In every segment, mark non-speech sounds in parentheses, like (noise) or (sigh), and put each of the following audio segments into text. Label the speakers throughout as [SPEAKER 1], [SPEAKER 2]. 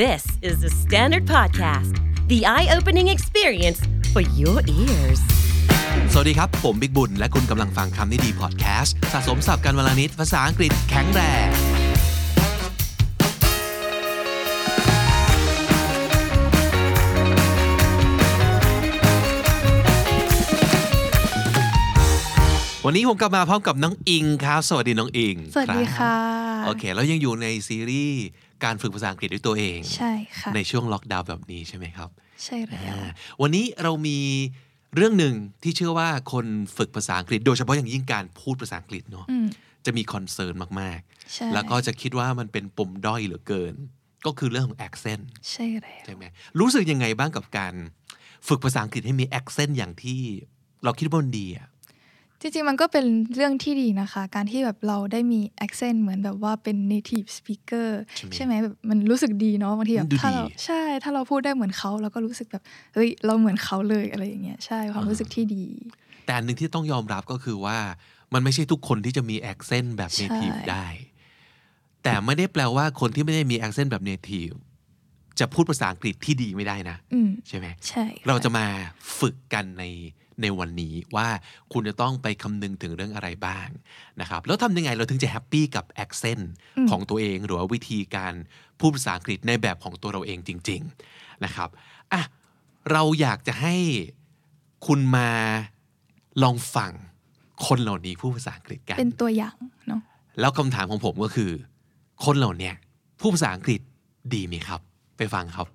[SPEAKER 1] This is the Standard Podcast, the eye opening experience for your ears.
[SPEAKER 2] สวัสดีครับ ผมบิ๊กบุญ และคุณกำลังฟังคำนี้ดีพอดแคสต์สะสมสับการวลานิดภาษาอังกฤษแข็งแรง วันนี้ผมกลับมาพร้อมกับน้องอิงครับ สวัสดีน้องอิง
[SPEAKER 3] สวัสดีค่ะ
[SPEAKER 2] รับโอเค แล้วยังอยู่ในซีรีส์การฝึกภาษาอังกฤษด้วยตัวเอง
[SPEAKER 3] ใช่ค่ะ
[SPEAKER 2] ในช่วงล็อกดาวน์แบบนี้ใช่ไหมครับ
[SPEAKER 3] ใช่แล้ว
[SPEAKER 2] อ่าวันนี้เรามีเรื่องหนึ่งที่เชื่อว่าคนฝึกภาษาอังกฤษ โดยเฉพาะอย่างยิ่งการพูดภาษาอังกฤษเนาะ
[SPEAKER 3] อืม
[SPEAKER 2] จะมีคอนเซิร์นมาก
[SPEAKER 3] ใช่
[SPEAKER 2] ๆ แล้วก็จะคิดว่ามันเป็นปมด้อยเหลือเกิน ก็คือเรื่องของ accent
[SPEAKER 3] ใช่แล้ว
[SPEAKER 2] ใช่ไหมรู้สึกยังไงบ้างกับการฝึกภาษาอังกฤษให้มี accent อย่างที่เราคิดว่ามันดีอะ
[SPEAKER 3] จริงๆ มันก็เป็นเรื่องที่ดีนะคะ การที่แบบเราได้มี accent เหมือนแบบว่าเป็น native speaker
[SPEAKER 2] ใช่ไหม
[SPEAKER 3] ใช่ไหมแบบมันรู้สึกดีเนาะบางทีแบ
[SPEAKER 2] มั
[SPEAKER 3] บ
[SPEAKER 2] นดู
[SPEAKER 3] ถ้าเรา
[SPEAKER 2] ดี
[SPEAKER 3] ใช่ ถ้าเราพูดได้เหมือนเขาเราก็รู้สึกแบบเฮ้ยเราเหมือนเขาเลยอะไรอย่างเงี้ยใช่ความรู้สึกที่ดี
[SPEAKER 2] แต่อันหนึ่งที่ต้องยอมรับก็คือว่ามันไม่ใช่ทุกคนที่จะมี accent แบบ
[SPEAKER 3] ใช่
[SPEAKER 2] native ได้ แต่ไม่ได้แปลว่าคนที่ไม่ได้มี accent แบบ native จะพูดภาษาอังกฤษที่ดีไม่ได้นะ
[SPEAKER 3] อืม
[SPEAKER 2] ใช่ไหม
[SPEAKER 3] ใช่ค่
[SPEAKER 2] เราจะมาฝึกกันในในวันนี้ว่าคุณจะต้องไปคำนึงถึงเรื่องอะไรบ้างนะครับ แล้วทำยังไงเราถึงจะแฮปปี้กับแอคเซนต์ของตัวเองหรือว่าวิธีการพูดภาษาอังกฤษในแบบของตัวเราเองจริง ๆนะครับอ่ะเราอยากจะให้คุณมาลองฟังคนเหล่านี้พูดภาษาอังกฤษกัน
[SPEAKER 3] เป็นตัวอย่างเนาะ
[SPEAKER 2] แล้วคำถามของผมก็คือ คนเหล่าเนี้ยพูดภาษาอังกฤษดีไหมครับ ไปฟังครับ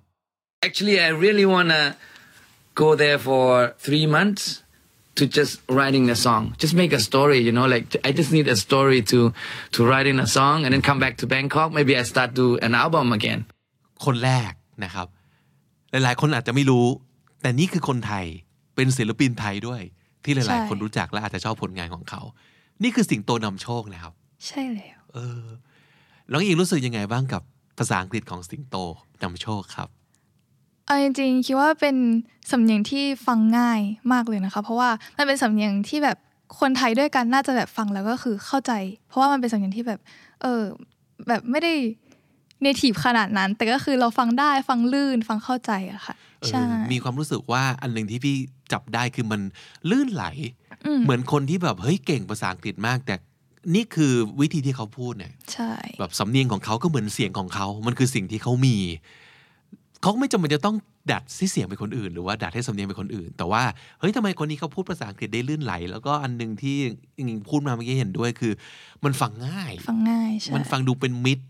[SPEAKER 4] Actually, I really want to go there for three months to just writing a song. Just make a story, you know, like I just need a story to, to write in a song and then come back to Bangkok. Maybe I start do an album again.
[SPEAKER 2] คนแรกนะครับ หลายๆ คนอาจจะไม่รู้ แต่นี่คือคนไทยเป็นศิลปินไทยด้วย ที่หลายๆ คนรู้จักและอาจจะชอบผลงานของเขา นี่คือสิ่งโตนำโชคนะครับ
[SPEAKER 3] ใช่แล้ว
[SPEAKER 2] เออน้องอิงรู้สึกยังไงบ้างกับภาษาอังกฤษของสิงโตนำโชคครับ
[SPEAKER 3] เอาจริงๆคิดว่าเป็นสำเนียงที่ฟังง่ายมากเลยนะคะ เพราะว่ามันเป็นสำเนียงที่แบบคนไทยด้วยกันน่าจะแบบฟังแล้วก็คือเข้าใจ เพราะว่ามันเป็นสำเนียงที่แบบ เออแบบไม่ได้เนทีฟขนาดนั้น แต่ก็คือเราฟังได้ฟังลื่นฟังเข้าใจอะค่ะ
[SPEAKER 2] เออ
[SPEAKER 3] ใช่
[SPEAKER 2] มีความรู้สึกว่าอันหนึ่งที่พี่จับได้คือมันลื่นไหล
[SPEAKER 3] อืม
[SPEAKER 2] เหมือนคนที่แบบเฮ้ยเก่งภาษาอังกฤษมาก แต่นี่คือวิธีที่เขาพูดเนี่ย
[SPEAKER 3] ใช่
[SPEAKER 2] แบบสำเนียงของเขาก็เหมือนเสียงของเขา มันคือสิ่งที่เขามี เขาไม่จำเป็นจะต้องดัดที่เสียงเป็นคนอื่น หรือว่าดัดให้สำเนียงเป็นคนอื่น แต่ว่า เฮ้ยทำไมคนนี้เขาพูดภาษาอังกฤษได้ลื่นไหล แล้วก็อันหนึ่งที่อิงพูดมาเมื่อกี้เห็นด้วยคือ มันฟังง่าย
[SPEAKER 3] ฟังง่ายใช่
[SPEAKER 2] มันฟังดูเป็นมิตร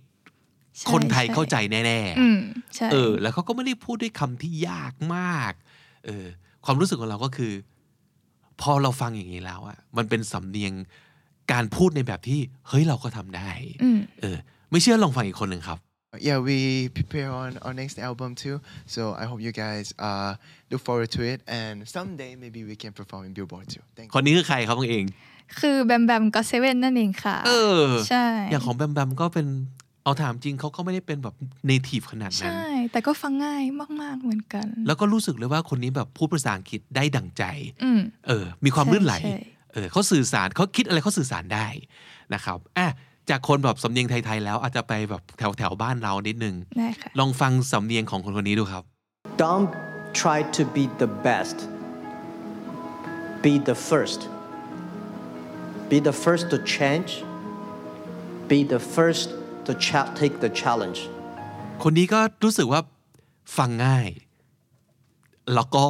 [SPEAKER 3] ใช่
[SPEAKER 2] คนไทย
[SPEAKER 3] ช่
[SPEAKER 2] เข้าใจแน่
[SPEAKER 3] อืมใช่
[SPEAKER 2] ๆ เออ แล้วเขาก็ไม่ได้พูดด้วยคำที่ยากมาก เออ ความรู้สึกของเราก็คือ พอเราฟังอย่างนี้แล้วอะมันเป็นสำเนียงการพูดในแบบที่ เฮ้ยเราก็ทำได้
[SPEAKER 3] อืม
[SPEAKER 2] เออ ไม่เชื่อลองฟังอีกคนหนึ่งครับ
[SPEAKER 5] yeah we prepare on our next album too so i hope you guys uh, look forward to it and someday maybe we can perform in billboard too thank you
[SPEAKER 2] คนนี้คือใครครับบังเอง
[SPEAKER 3] คือแบมแบมก็เซเว่นนั่นเองค่ะ
[SPEAKER 2] เออ
[SPEAKER 3] ใช่
[SPEAKER 2] อย่างของแบมแบมก็เป็น เอาถามจริงเขาก็ไม่ได้เป็นแบบ native ขนาดนั้น
[SPEAKER 3] ใช่ แต่ก็ฟังง่ายมากๆเหมือนกัน
[SPEAKER 2] แล้วก็รู้สึกเลยว่าคนนี้แบบพูดภาษาอังกฤษได้ดั่งใจ
[SPEAKER 3] อืม
[SPEAKER 2] เออ มีความ
[SPEAKER 3] ใช่
[SPEAKER 2] ลื่นไหล
[SPEAKER 3] ใช่
[SPEAKER 2] เออเขาสื่อสารเขาคิดอะไรเขาสื่อสารได้นะครับอ่ะจากคนแบบสำเนียงไทยๆแล้วอาจจะไปแบบแถวแถวๆบ้านเรานิดนึง
[SPEAKER 3] ได้ค่ะ
[SPEAKER 2] ลองฟังสำเนียงของคนคนนี้ดูครับ
[SPEAKER 6] Don't try to be the best. Be the first. Be the first to change. Be the first to cha- take the challenge.
[SPEAKER 2] คนนี้ก็รู้สึกว่าฟังง่าย แล้วก็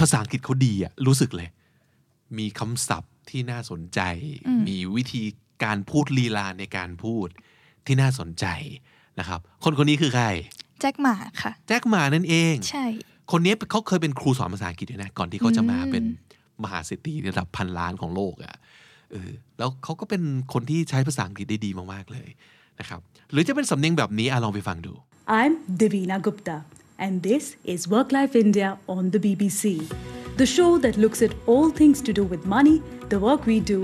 [SPEAKER 2] ภาษาอังกฤษเขาดีอะรู้สึกเลย มีคำศัพท์ที่น่าสนใจ มีวิธีการพูดลีลาในการพูดที่น่าสนใจนะครับ คนคนนี้คือใคร
[SPEAKER 3] แจ็คหมาค่ะ
[SPEAKER 2] แจ็คหมานั่นเอง
[SPEAKER 3] ใช่
[SPEAKER 2] คนนี้เขาเคยเป็นครูสอนภาษาอังกฤษด้วยนะ ก่อนที่เขาจะมาเป็นมหาเศรษฐีระดับพันล้านของโลกอะ่ะเออแล้วเขาก็เป็นคนที่ใช้ภาษาอังกฤษได้ดีมากๆเลยนะครับ หรือจะเป็นสำเนียงแบบนี้อะลองไปฟังดู
[SPEAKER 7] I'm Divina Gupta, and this is Work Life India on the BBC, the show that looks at all things to do with money, the work we do,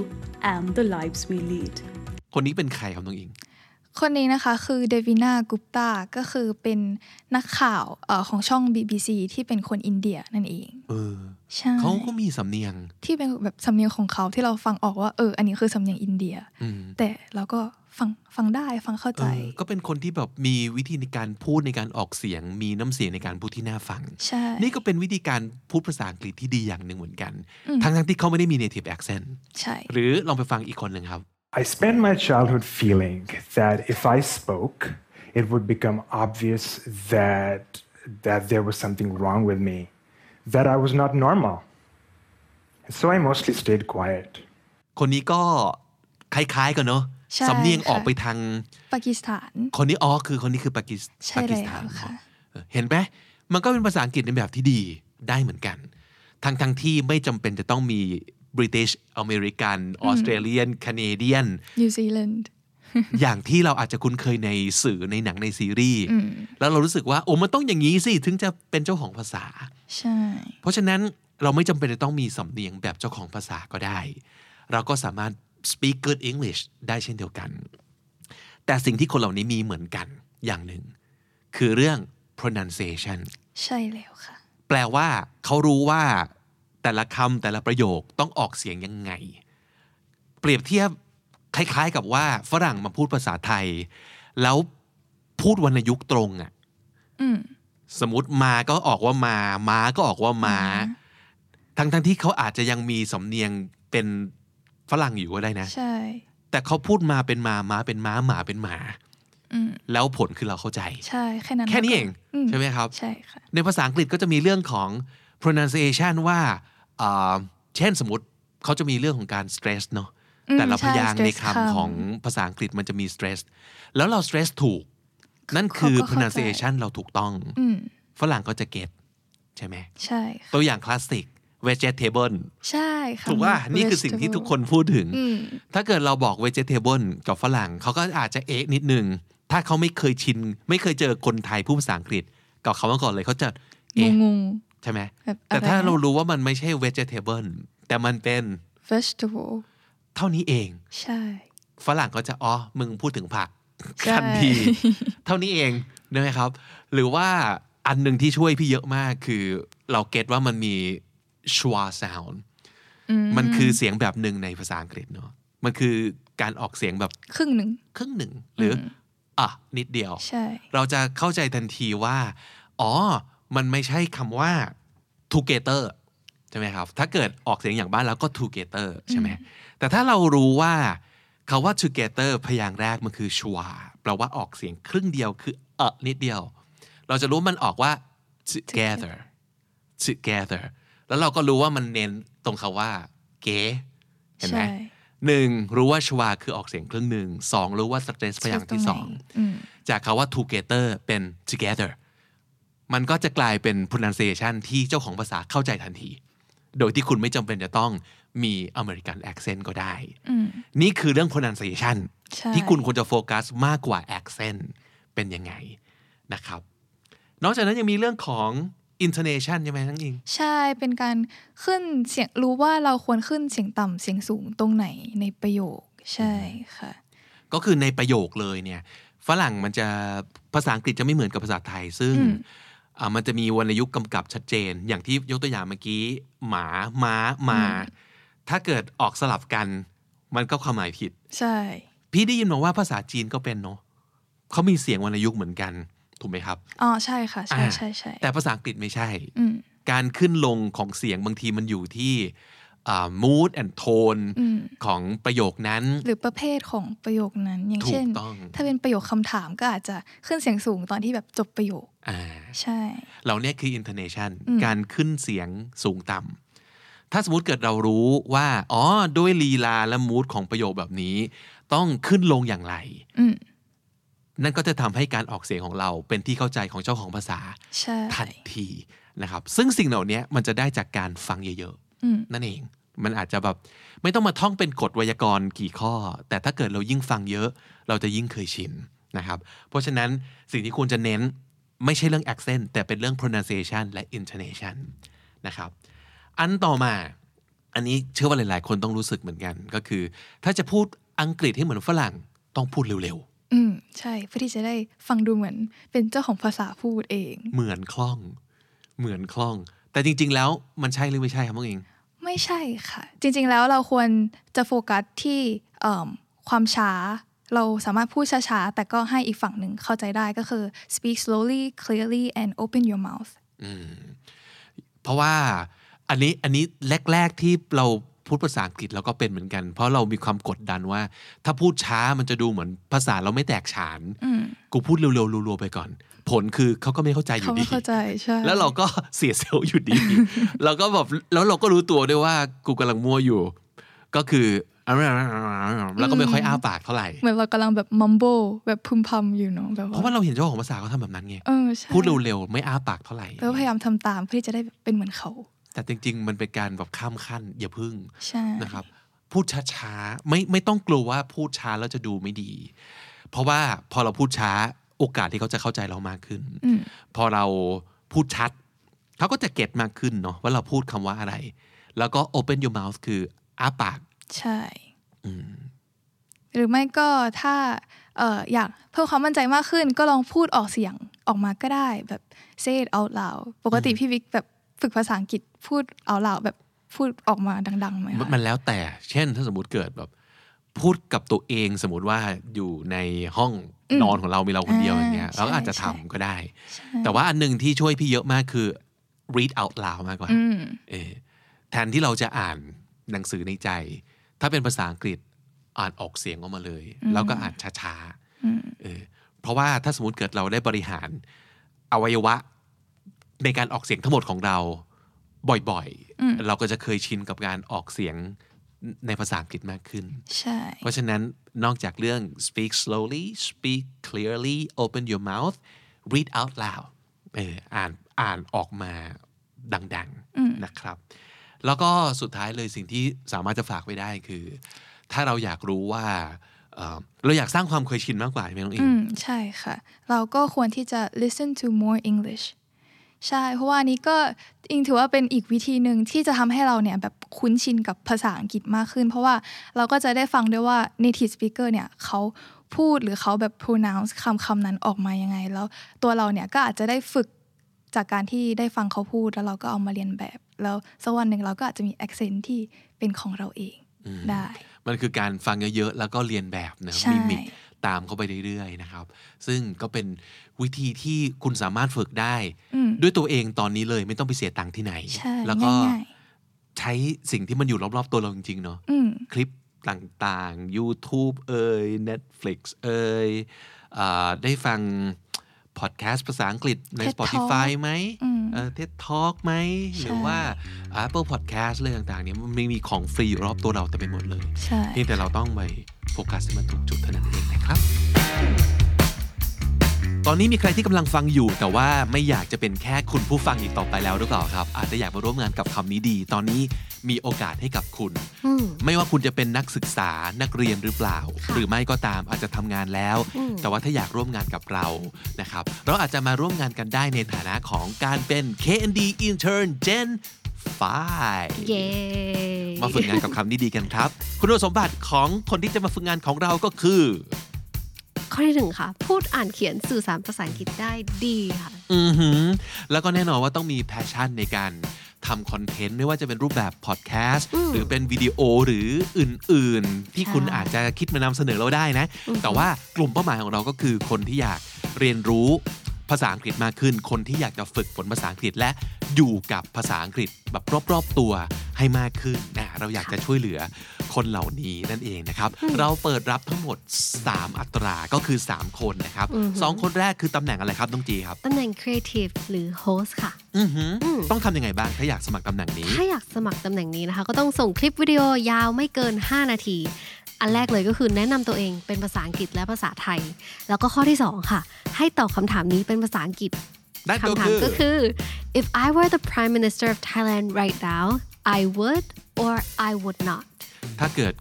[SPEAKER 7] and the lives we lead.
[SPEAKER 2] คนนี้เป็นใครครับน้องอิง
[SPEAKER 3] คนนี้นะคะคือเดวินากุปตาก็คือเป็นนักข่าวเอ่อของช่อง BBC ที่เป็นคนอินเดียนั่นเอง
[SPEAKER 2] เออ
[SPEAKER 3] ใช่
[SPEAKER 2] เขาก็มีสำเนียง
[SPEAKER 3] ที่เป็นแบบสำเนียงของเขาที่เราฟังออกว่าเอออันนี้คือสำเนียงอินเดีย
[SPEAKER 2] อืม
[SPEAKER 3] แต่เราก็ฟังฟังได้ฟังเข้า
[SPEAKER 2] เอ
[SPEAKER 3] ใจ
[SPEAKER 2] อก็เป็นคนที่แบบมีวิธีในการพูดในการออกเสียง มีน้ำเสียงในการพูดที่น่าฟัง
[SPEAKER 3] ใช่
[SPEAKER 2] นี่ก็เป็นวิธีการพูดภาษาอังกฤษที่ดีอย่างหนึ่งเหมือนกัน ทั้งทั้งๆที่เขาไม่ได้มี native accent
[SPEAKER 3] ใช่
[SPEAKER 2] หรือลองไปฟังอีกคนหนึ่งครับ
[SPEAKER 8] I spent my childhood feeling that if I spoke, it would become obvious that that there was something wrong with me, that I was not normal. And so I mostly stayed quiet.
[SPEAKER 2] คนนี้ก็คล้าย ๆ กันเนอะ
[SPEAKER 3] ใช่
[SPEAKER 2] สำเนียง
[SPEAKER 3] ค่ะ
[SPEAKER 2] ออกไปทาง
[SPEAKER 3] ปากีสถาน
[SPEAKER 2] คนนี้อ๋อคือคนนี้คือปากีส
[SPEAKER 3] ใช่
[SPEAKER 2] ปากีสถาน
[SPEAKER 3] แล้วค่ะ
[SPEAKER 2] เออเห็นไหมมันก็เป็นภาษาอังกฤษในแบบที่ดีได้เหมือนกัน ทั้งทั้งที่ไม่จำเป็นจะต้องมีบริ i ต h อเมริกันออสเตรเลียนแคนาเดียน
[SPEAKER 3] นิวซีแลนด์
[SPEAKER 2] อย่างที่เราอาจจะคุ้นเคยในสื่อในหนังในซีรีส์แล้วเรารู้สึกว่าโอ้มันต้องอย่างนี้สิ ถึงจะเป็นเจ้าของภาษา
[SPEAKER 3] ใช่
[SPEAKER 2] เพราะฉะนั้นเราไม่จำเป็นจะต้องมีสำเนียงแบบเจ้าของภาษาก็ได้ เราก็สามารถ speak good English ได้เช่นเดียวกัน แต่สิ่งที่คนเหล่านี้มีเหมือนกันอย่างหนึ่ง คือเรื่อง pronunciation
[SPEAKER 3] ใช่แล้วค่ะ
[SPEAKER 2] แปลว่าเขารู้ว่าแต่ละคำแต่ละประโยคต้องออกเสียงยังไง เปรียบเทียบคล้ายๆกับว่าฝรั่งมาพูดภาษาไทย แล้วพูดวรรณยุกต์ตรงอะ่ะสมมติมาก็ออกว่ามา ม้าก็ออกว่ามา้า ทั้งๆที่เขาอาจจะยังมีสำเนียงเป็นฝรั่งอยู่ก็ได้นะ
[SPEAKER 3] ใช่
[SPEAKER 2] แต่เขาพูดมาเป็นมาม้าเป็นม้าหมาเป็นหมาแล้วผลคือเราเข้าใจ
[SPEAKER 3] ใช่แค่นั้น
[SPEAKER 2] แค่นี้เอง
[SPEAKER 3] ม
[SPEAKER 2] ใช่ไหมครับ
[SPEAKER 3] ใช่ค่ะ
[SPEAKER 2] ในภาษาอังกฤษก็จะมีเรื่องของ pronunciation ว่าเอ่อเช่นสมมติเขาจะมีเรื่องของการ stress เนอะ
[SPEAKER 3] อืม
[SPEAKER 2] แต่ละพยางค์
[SPEAKER 3] ใช่
[SPEAKER 2] ใน
[SPEAKER 3] stress คำ
[SPEAKER 2] คำของภาษาอังกฤษมันจะมี stress แล้วเรา stress ถูก นั่นคือ
[SPEAKER 3] เขาก็เข้าใจ
[SPEAKER 2] pronunciation เราถูกต้อง
[SPEAKER 3] อืม
[SPEAKER 2] ฝรั่งก็จะเก็ตใช่ไหม
[SPEAKER 3] ใช่ค่ะ
[SPEAKER 2] ตัวอย่างคลาสสิก vegetable
[SPEAKER 3] ใช่ค่ะ
[SPEAKER 2] ถูกว่า
[SPEAKER 3] มี
[SPEAKER 2] นี่คือสิ่งที่ทุกคนพูดถึง ถ้าเกิดเราบอก vegetable กับฝรั่งเขาก็อาจจะเอ๊ะนิดนึง ถ้าเขาไม่เคยชิน ไม่เคยเจอคนไทยพูดภาษาอังกฤษกับเขามาก่อนเลยเขาจะ
[SPEAKER 3] ง
[SPEAKER 2] เอ๊ะ
[SPEAKER 3] งง
[SPEAKER 2] ใช่ไหม
[SPEAKER 3] แบบอะไร
[SPEAKER 2] แต่ถ้าเรารู้ว่ามันไม่ใช่ vegetable แต่มันเป็น
[SPEAKER 3] ๆ vegetable
[SPEAKER 2] เท่านี้เอง
[SPEAKER 3] ใช่
[SPEAKER 2] ฝรั่งก็จะ อ๋อ มึงพูดถึงผัก
[SPEAKER 3] (laughs) ใช่
[SPEAKER 2] ทันที เท่านี้เองนะครับ หรือว่าอันหนึ่งที่ช่วยพี่เยอะมากคือเราเก็ตว่ามันมี schwa sound มันคือเสียงแบบหนึ่งในภาษาอังกฤษเนอะมันคือการออกเสียงแบบ
[SPEAKER 3] ครึ่งหนึ่ง
[SPEAKER 2] ครึ่งหนึ่ง หรือออ่ะ นิดเดียว
[SPEAKER 3] ใช่
[SPEAKER 2] เราจะเข้าใจทันทีว่า อ๋อ มันไม่ใช่คำว่า together ใช่ไหมครับ ถ้าเกิดออกเสียงอย่างบ้านเราก็ together ใช่ไหม แต่ถ้าเรารู้ว่าคาว่า together พยางค์แรกมันคือ schwa แปลว่าออกเสียงครึ่งเดียวคือเอะนิดเดียว เราจะรู้มันออกว่า together together แล้วเราก็รู้ว่ามันเน้นตรงคาว่า เก๋เห็นไหม
[SPEAKER 3] ใช่
[SPEAKER 2] หนึ่งรู้ว่าชวาคือออกเสียงครึ่งหนึ่งสองรู้ว่าสเตรสพยางค์ที่สองจากคาว่า together เป็น together มันก็จะกลายเป็น pronunciation ที่เจ้าของภาษาเข้าใจทันที โดยที่คุณไม่จำเป็นจะต้องมี American accent ก็ได้ นี่คือเรื่อง pronunciation
[SPEAKER 3] ใช่
[SPEAKER 2] ที่คุณควรจะโฟกัสมากกว่า accent เป็นยังไงนะครับ นอกจากนั้นยังมีเรื่องของ intonation ใช่ไหมทั้งอิง
[SPEAKER 3] ใช่เป็นการขึ้นเสียงรู้ว่าเราควรขึ้นเสียงต่ำเสียงสูงตรงไหนในประโยค ใช่ค่ะ
[SPEAKER 2] ก็คือในประโยคเลยเนี่ยฝรั่งมันจะภาษาอังกฤษจะไม่เหมือนกับภาษาไทย ซึ่งอ่ามันจะมีวรรณยุกต์กำกับชัดเจน อย่างที่ยกตัวอย่างเมื่อกี้ หมา ม้า มา ถ้าเกิดออกสลับกัน มันก็ความหมายผิด
[SPEAKER 3] ใช่
[SPEAKER 2] พี่ได้ยินมาว่าภาษาจีนก็เป็นเนาะเขามีเสียงวรรณยุกต์เหมือนกันถูกไหมครับ
[SPEAKER 3] อ๋อใช่ค่ะ ใช่
[SPEAKER 2] อ่า
[SPEAKER 3] ใช่ใช่
[SPEAKER 2] แต่ภาษาอังกฤษไม่ใช่
[SPEAKER 3] อืม
[SPEAKER 2] การขึ้นลงของเสียงบางทีมันอยู่ที่อ่า mood and tone
[SPEAKER 3] อืม
[SPEAKER 2] ของประโยคนั้น
[SPEAKER 3] หรือประเภทของประโยคนั้น อย่างเช่น
[SPEAKER 2] ถูกต้อง
[SPEAKER 3] ถ้าเป็นประโยคคำถามก็อาจจะขึ้นเสียงสูงตอนที่แบบจบประโยค
[SPEAKER 2] อ่า
[SPEAKER 3] ใช่
[SPEAKER 2] เราเนี่ยคือ intonation การขึ้นเสียงสูงต่ำ ถ้าสมมติเกิดเรารู้ว่า อ๋อ ด้วยลีลาและมูดของประโยคแบบนี้ ต้องขึ้นลงอย่างไร
[SPEAKER 3] อืม
[SPEAKER 2] นั่นก็จะทำให้การออกเสียงของเราเป็นที่เข้าใจของเจ้าของภาษา
[SPEAKER 3] ใช่
[SPEAKER 2] ทันทีนะครับ ซึ่งสิ่งเหล่านี้มันจะได้จากการฟังเยอะๆ นั่นเอง มันอาจจะแบบไม่ต้องมาท่องเป็นกฎไวยากรณ์กี่ข้อ แต่ถ้าเกิดเรายิ่งฟังเยอะ เราจะยิ่งเคยชินนะครับ เพราะฉะนั้นสิ่งที่ควรจะเน้นไม่ใช่เรื่อง accent แต่เป็นเรื่อง pronunciation และ intonation นะครับ อันต่อมา อันนี้เชื่อว่าหลาย ๆ คนต้องรู้สึกเหมือนกัน ก็คือ ถ้าจะพูดอังกฤษให้เหมือนฝรั่งต้องพูดเร็วๆ
[SPEAKER 3] อืมใช่เพื่อที่จะได้ฟังดูเหมือนเป็นเจ้าของภาษาพูดเอง
[SPEAKER 2] เหมือนคล่อง เหมือนคล่อง แต่จริง ๆ แล้วมันใช่หรือไม่ใช่ครับน้องเอง
[SPEAKER 3] ไม่ใช่ค่ะ จริงๆแล้วเราควรจะโฟกัสที่เอิ่มความช้า เราสามารถพูดช้าๆ แต่ก็ให้อีกฝั่งหนึ่งเข้าใจได้ก็คือ speak slowly clearly and open your mouth
[SPEAKER 2] เพราะว่าอันนี้อันนี้แรก ๆ ที่เราพูดภาษาอังกฤษเราก็เป็นเหมือนกัน เพราะเรามีความกดดันว่า ถ้าพูดช้ามันจะดูเหมือนภาษาเราไม่แตกฉาน กูพูดเร็วๆรัวๆไปก่อน ผลคือเขาก็ไม่เข้าใจอ
[SPEAKER 3] เขา
[SPEAKER 2] ยู่ดี
[SPEAKER 3] ไม่เข้าใจใช่
[SPEAKER 2] แล้วเราก็ เสียเซลล์อยู่ดี (laughs) เราก็แบบแล้วเราก็รู้ตัวด้วยว่ากูกำลังมั่วอยู่ ก็คือแล้วก็ไม่ค่อยอ้าปากเท่าไหร่
[SPEAKER 3] เหมือนเรากำลังแบบมัมโบแบบพึมพำอยู่เนาะแบบ
[SPEAKER 2] เพ
[SPEAKER 3] ว่า
[SPEAKER 2] ราะว่าเราเห็นเจ้าของภาษาเขาทำแบบนั้นไง
[SPEAKER 3] เออใช่
[SPEAKER 2] พูดเร็วๆไม่อ้าปากเท่าไหร่
[SPEAKER 3] แล้วพยายามทำตามเพื่อที่จะได้เป็นเหมือนเขา
[SPEAKER 2] แต่จริง ๆ มันเป็นการแบบข้ามขั้น อย่าพึ่ง
[SPEAKER 3] ใช่
[SPEAKER 2] นะครับพูดช้าๆไม่ไม่ต้องกลัวว่าพูดช้าแล้วจะดูไม่ดี เพราะว่าพอเราพูดช้าโอกาสที่เขาจะเข้าใจเรามากขึ้น พอเราพูดชัด เขาก็จะเก็ตมากขึ้นเนาะว่าเราพูดคำว่าอะไร แล้วก็ open your mouth คืออ้าปาก
[SPEAKER 3] ใช่หรือไม่ก็ถ้าเอ่ออยากเพิ่มความมั่นใจมากขึ้น ก็ลองพูดออกเสียงออกมาก็ได้แบบ say it out loud ปกติพี่วิกแบบฝึกภาษาอังกฤษพูด out loud แบบพูดออกมาดังๆไหม
[SPEAKER 2] มัน
[SPEAKER 3] คะ
[SPEAKER 2] มันแล้วแต่ เช่น ถ้าสมมติเกิดแบบ พูดกับตัวเองสมมติว่าอยู่ในห้องนอนของเรามีเราคนเดียวอย่างเงี้ยเราก็อาจจะทำก็ได้ แต่ว่าอันหนึ่งที่ช่วยพี่เยอะมากคือ read out loud มากกว่าเออแทนที่เราจะอ่านหนังสือในใจ ถ้าเป็นภาษาอังกฤษอ่านออกเสียงออกมาเลย แล้วก็อ่านช้าๆเออเพราะว่าถ้าสมมติเกิดเราได้บริหารอวัยวะ ในการออกเสียงทั้งหมดของเราบ่อยๆ เราก็จะเคยชินกับการออกเสียงในภาษาอังกฤษมากขึ้น
[SPEAKER 3] ใช่
[SPEAKER 2] เพราะฉะนั้นนอกจากเรื่อง speak slowly speak clearly open your mouth read out loud เอออ่านอ่านออกมาดังๆนะครับ แล้วก็สุดท้ายเลยสิ่งที่สามารถจะฝากไว้ได้คือ ถ้าเราอยากรู้ว่าเอ่อเราอยากสร้างความเคยชินมากกว่าใช่ไหมน้องอิ
[SPEAKER 3] อื
[SPEAKER 2] ง
[SPEAKER 3] มใช่ค่ะ เราก็ควรที่จะ listen to more English ใช่ เพราะว่าอันนี้ก็อิงถือว่าเป็นอีกวิธีหนึ่งที่จะทำให้เราเนี่ยแบบคุ้นชินกับภาษาอังกฤษมากขึ้น เพราะว่าเราก็จะได้ฟังด้วยว่า native speaker เนี่ยเขาพูดหรือเขาแบบ pronounce คำคำนั้นออกมายังไง แล้วตัวเราเนี่ยก็อาจจะได้ฝึกจากการที่ได้ฟังเขาพูด แล้วเราก็เอามาเรียนแบบ แล้วสักวันหนึ่งเราก็อาจจะมี accent ที่เป็นของเราเองได้
[SPEAKER 2] มันคือการฟังเยอะๆ แล้วก็เรียนแบบนะ
[SPEAKER 3] ใช่
[SPEAKER 2] มิมิกตามเข้าไปเรื่อยๆ นะครับ ซึ่งก็เป็นวิธีที่คุณสามารถฝึกได้ ด้วยตัวเองตอนนี้เลยไม่ต้องไปเสียตังค์ที่ไหน
[SPEAKER 3] ใช่
[SPEAKER 2] แล้วก็
[SPEAKER 3] ง่าย
[SPEAKER 2] ใช้สิ่งที่มันอยู่รอบๆ ตัวเราจริงๆ เนาะ
[SPEAKER 3] ๆอืม
[SPEAKER 2] คลิปต่างๆ YouTube เอ่ย Netflix เอ่ยอ่าได้ฟังพอดแคสต์ภาษาอังกฤษใน
[SPEAKER 3] TED
[SPEAKER 2] Spotify
[SPEAKER 3] Talk
[SPEAKER 2] ไหมเท็ดทอล์กไหม หรือว่า Apple Podcast เรื่องต่างๆเนี่ยมันมีของฟรีอยู่รอบตัวเราเต็มไปหมดเลย
[SPEAKER 3] ใช่
[SPEAKER 2] เพียงแต่เราต้องไปโฟกัสให้มันถูกจุดเท่านั้นเองนะครับ ตอนนี้มีใครที่กำลังฟังอยู่ แต่ว่าไม่อยากจะเป็นแค่คุณผู้ฟังอีกต่อไปแล้วหรือเปล่าครับ อาจจะอยากมาร่วมงานกับคำนี้ดี ตอนนี้มีโอกาสให้กับคุณ ไม่ว่าคุณจะเป็นนักศึกษานักเรียนหรือเปล่า หรือไม่ก็ตามอาจจะทำงานแล้ว แต่ว่าถ้าอยากร่วมงานกับเรานะครับ เราอาจจะมาร่วมงานกันได้ในฐานะของการเป็น KND Intern Gen 5
[SPEAKER 9] เย้
[SPEAKER 2] มาฝึกงานกับคำนี้ดีกันครับ คุณสมบัติของคนที่จะมาฝึกงานของเราก็คือ
[SPEAKER 9] ข้อที่หนึ่งค่ะ พูดอ่านเขียนสื่อสารภาษาอังกฤษได้ดีค่ะ
[SPEAKER 2] อือหือแล้วก็แน่นอนว่าต้องมีแพชชั่นในการทำคอนเทนต์ ไม่ว่าจะเป็นรูปแบบพอดแคสต์
[SPEAKER 9] อืม
[SPEAKER 2] หรือเป็นวิดีโอหรืออื่นๆ ที่
[SPEAKER 9] ใช่
[SPEAKER 2] คุณอาจจะคิดมานำเสนอเราได้นะ แต่ว่ากลุ่มเป้าหมายของเราก็คือคนที่อยากเรียนรู้ภาษาอังกฤษมากขึ้น คนที่อยากจะฝึกฝนภาษาอังกฤษและอยู่กับภาษาอังกฤษแบบรอบๆตัวให้มากขึ้นนะเราอยากจะช่วยเหลือคนเหล่านี้นั่นเองนะครับ เราเปิดรับทั้งหมด 3 อัตราก็คือ 3 คนนะครับสองคนแรกคือตำแหน่งอะไรครับน้องจีครับ
[SPEAKER 9] ตำแหน่ง Creative หรือ Host ค่ะ
[SPEAKER 2] อือหืออ
[SPEAKER 9] ม
[SPEAKER 2] ต้องทำยังไงบ้างถ้าอยากสมัครตำแหน่งนี้
[SPEAKER 9] ถ้าอยากสมัครตำแหน่งนี้นะคะ ก็ต้องส่งคลิปวิดีโอยาวไม่เกิน 5 นาที อันแรกเลยก็คือแนะนำตัวเองเป็นภาษาอังกฤษและภาษาไทย แล้วก็ข้อที่ 2 ค่ะ ให้ตอบคำถามนี้เป็นภาษาอังกฤษ
[SPEAKER 2] นั่นก็
[SPEAKER 9] คำถาม
[SPEAKER 2] คือ
[SPEAKER 9] ก็คือ if I were the prime minister of Thailand right now I would or I would not
[SPEAKER 2] ถ้าเกิด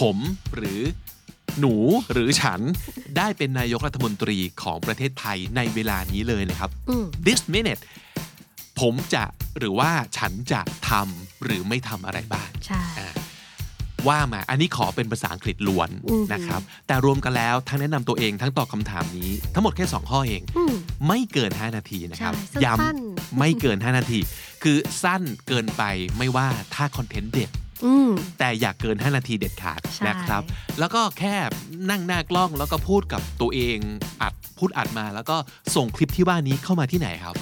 [SPEAKER 2] ผมหรือหนูหรือฉัน (laughs) ได้เป็นนายกรัฐมนตรีของประเทศไทยในเวลานี้เลยนะครับ
[SPEAKER 9] อืม
[SPEAKER 2] this minute ผมจะหรือว่าฉันจะทำหรือไม่ทำอะไรบ้าง
[SPEAKER 9] ใช่
[SPEAKER 2] อ่ะ ว่ามา อันนี้ขอเป็นภาษาอังกฤษล้วน
[SPEAKER 9] อือหือ
[SPEAKER 2] นะครับ แต่รวมกันแล้วทั้งแนะนำตัวเองทั้งตอบคำถามนี้ ทั้งหมดแค่ 2 ข้อเอง
[SPEAKER 9] อืม
[SPEAKER 2] ไม่เกิน 5 นาทีนะครับ
[SPEAKER 9] ใช่สั้นๆ
[SPEAKER 2] ย้ำไม่เกิน 5 นาที คือสั้นเกินไปไม่ว่าถ้าคอนเทนต์เด็ด
[SPEAKER 9] อืม
[SPEAKER 2] แต่อย่าเกิน 5 นาทีเด็ดขาด
[SPEAKER 9] ใช่
[SPEAKER 2] นะครับ แล้วก็แค่นั่งหน้ากล้องแล้วก็พูดกับตัวเองอัดพูดอัดมา แล้วก็ส่งคลิปที่ว่านี้เข้ามาที่ไหนครับ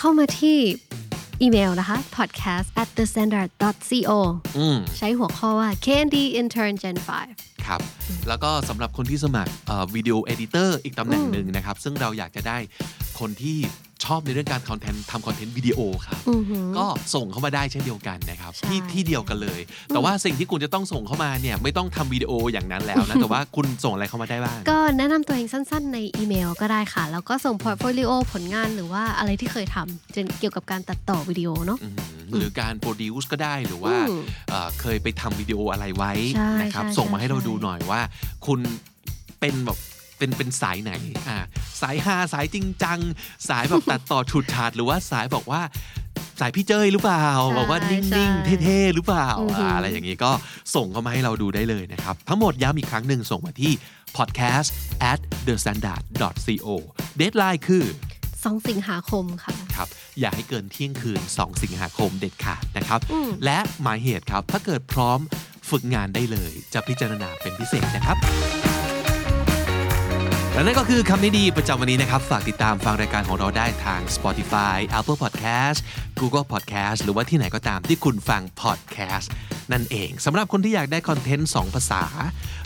[SPEAKER 9] เข้ามาที่อีเมลนะคะ podcast at the standard co
[SPEAKER 2] อืม
[SPEAKER 9] ใช้หัวข้อว่า Candy Intern Gen
[SPEAKER 2] ครับ แล้วก็สำหรับคนที่สมัครวิดีโอเอดิเตอร์อีกตำแหน่งหนึ่งนะครับ ซึ่งเราอยากจะได้คนที่ชอบในเรื่องการคอนเทนต์ทำคอนเทนต์วิดีโอครับ
[SPEAKER 9] 5 อือหือ
[SPEAKER 2] ก็ส่งเข้ามาได้เช่นเดียวกันนะครับ
[SPEAKER 9] ใช่
[SPEAKER 2] ที่ที่เดียวกันเลย แต่ว่าสิ่งที่คุณจะต้องส่งเข้ามาเนี่ยไม่ต้องทำวิดีโออย่างนั้นแล้วนะ
[SPEAKER 9] (laughs)
[SPEAKER 2] แต่ว่าคุณส่งอะไรเข้ามาได้บ้าง
[SPEAKER 9] ก็แนะนำตัวเองสั้นๆ ในอีเมลก็ได้ค่ะ แล้วก็ส่งพอร์ตโฟลิโอผลงานหรือว่าอะไรที่เคยทำเกี่ยวเกี่ยวกับการตัดต่อวิดีโอเนาะ
[SPEAKER 2] อืมหรือการโปรดิวส์ก็ได้หรือว่า
[SPEAKER 9] อืม
[SPEAKER 2] เอ่อเคยไปทำวิดีโออะไรไว้
[SPEAKER 9] ใช่
[SPEAKER 2] นะครับ
[SPEAKER 9] ใช่
[SPEAKER 2] ส่งมาให้เรา
[SPEAKER 9] ใช่
[SPEAKER 2] ดูหน่อยว่า คุณเป็นแบบเป็นเป็นสายไหนอ่าสายฮาสายจริงจัง สายแบบ ตัดต่อฉุดฉาดหรือว่าสายบอกว่าสายพี่เจ้ยหรือเปล่า
[SPEAKER 9] ใช่
[SPEAKER 2] บอกว่านิ่ง
[SPEAKER 9] ใช่
[SPEAKER 2] ๆเท่ๆหรือเปล่า
[SPEAKER 9] อือหืออ่
[SPEAKER 2] าอะไรอย่างนี้ก็ส่งเข้ามาให้เราดูได้เลยนะครับ ทั้งหมดย้ำอีกครั้งหนึ่งส่งมาที่ podcast at the standard co deadline คือ
[SPEAKER 9] 2 สิงหาคมค่ะ
[SPEAKER 2] ครับอย่าให้เกินเที่ยงคืน 2 สิงหาคมเด็ดขาดนะครับ
[SPEAKER 9] อืม
[SPEAKER 2] และหมายเหตุครับ ถ้าเกิดพร้อมฝึกงานได้เลย จะพิจารณาเป็นพิเศษนะครับ และนั่นก็คือคำนิดีประจำวันนี้นะครับ ฝากติดตามฟังรายการของเราได้ทาง Spotify Apple Podcast Google Podcast หรือว่าที่ไหนก็ตามที่คุณฟัง podcast นั่นเองสำหรับคนที่อยากได้คอนเทนต์ 2 ภาษา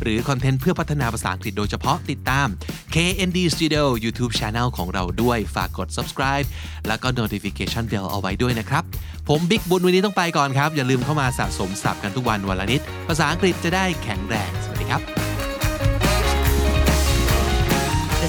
[SPEAKER 2] หรือคอนเทนต์เพื่อพัฒนาภาษาอังกฤษโดยเฉพาะติดตาม KND Studio YouTube Channel ของเราด้วยฝากกด subscribe แล้วก็ notification bell เอาไว้ด้วยนะครับ ผมบิ๊กบุญวันนี้ต้องไปก่อนครับ อย่าลืมเข้ามาสะสมศัพท์กันทุกวันวันละนิด ภาษาอังกฤษจะได้แข็งแรงสวัสดีครับ
[SPEAKER 1] The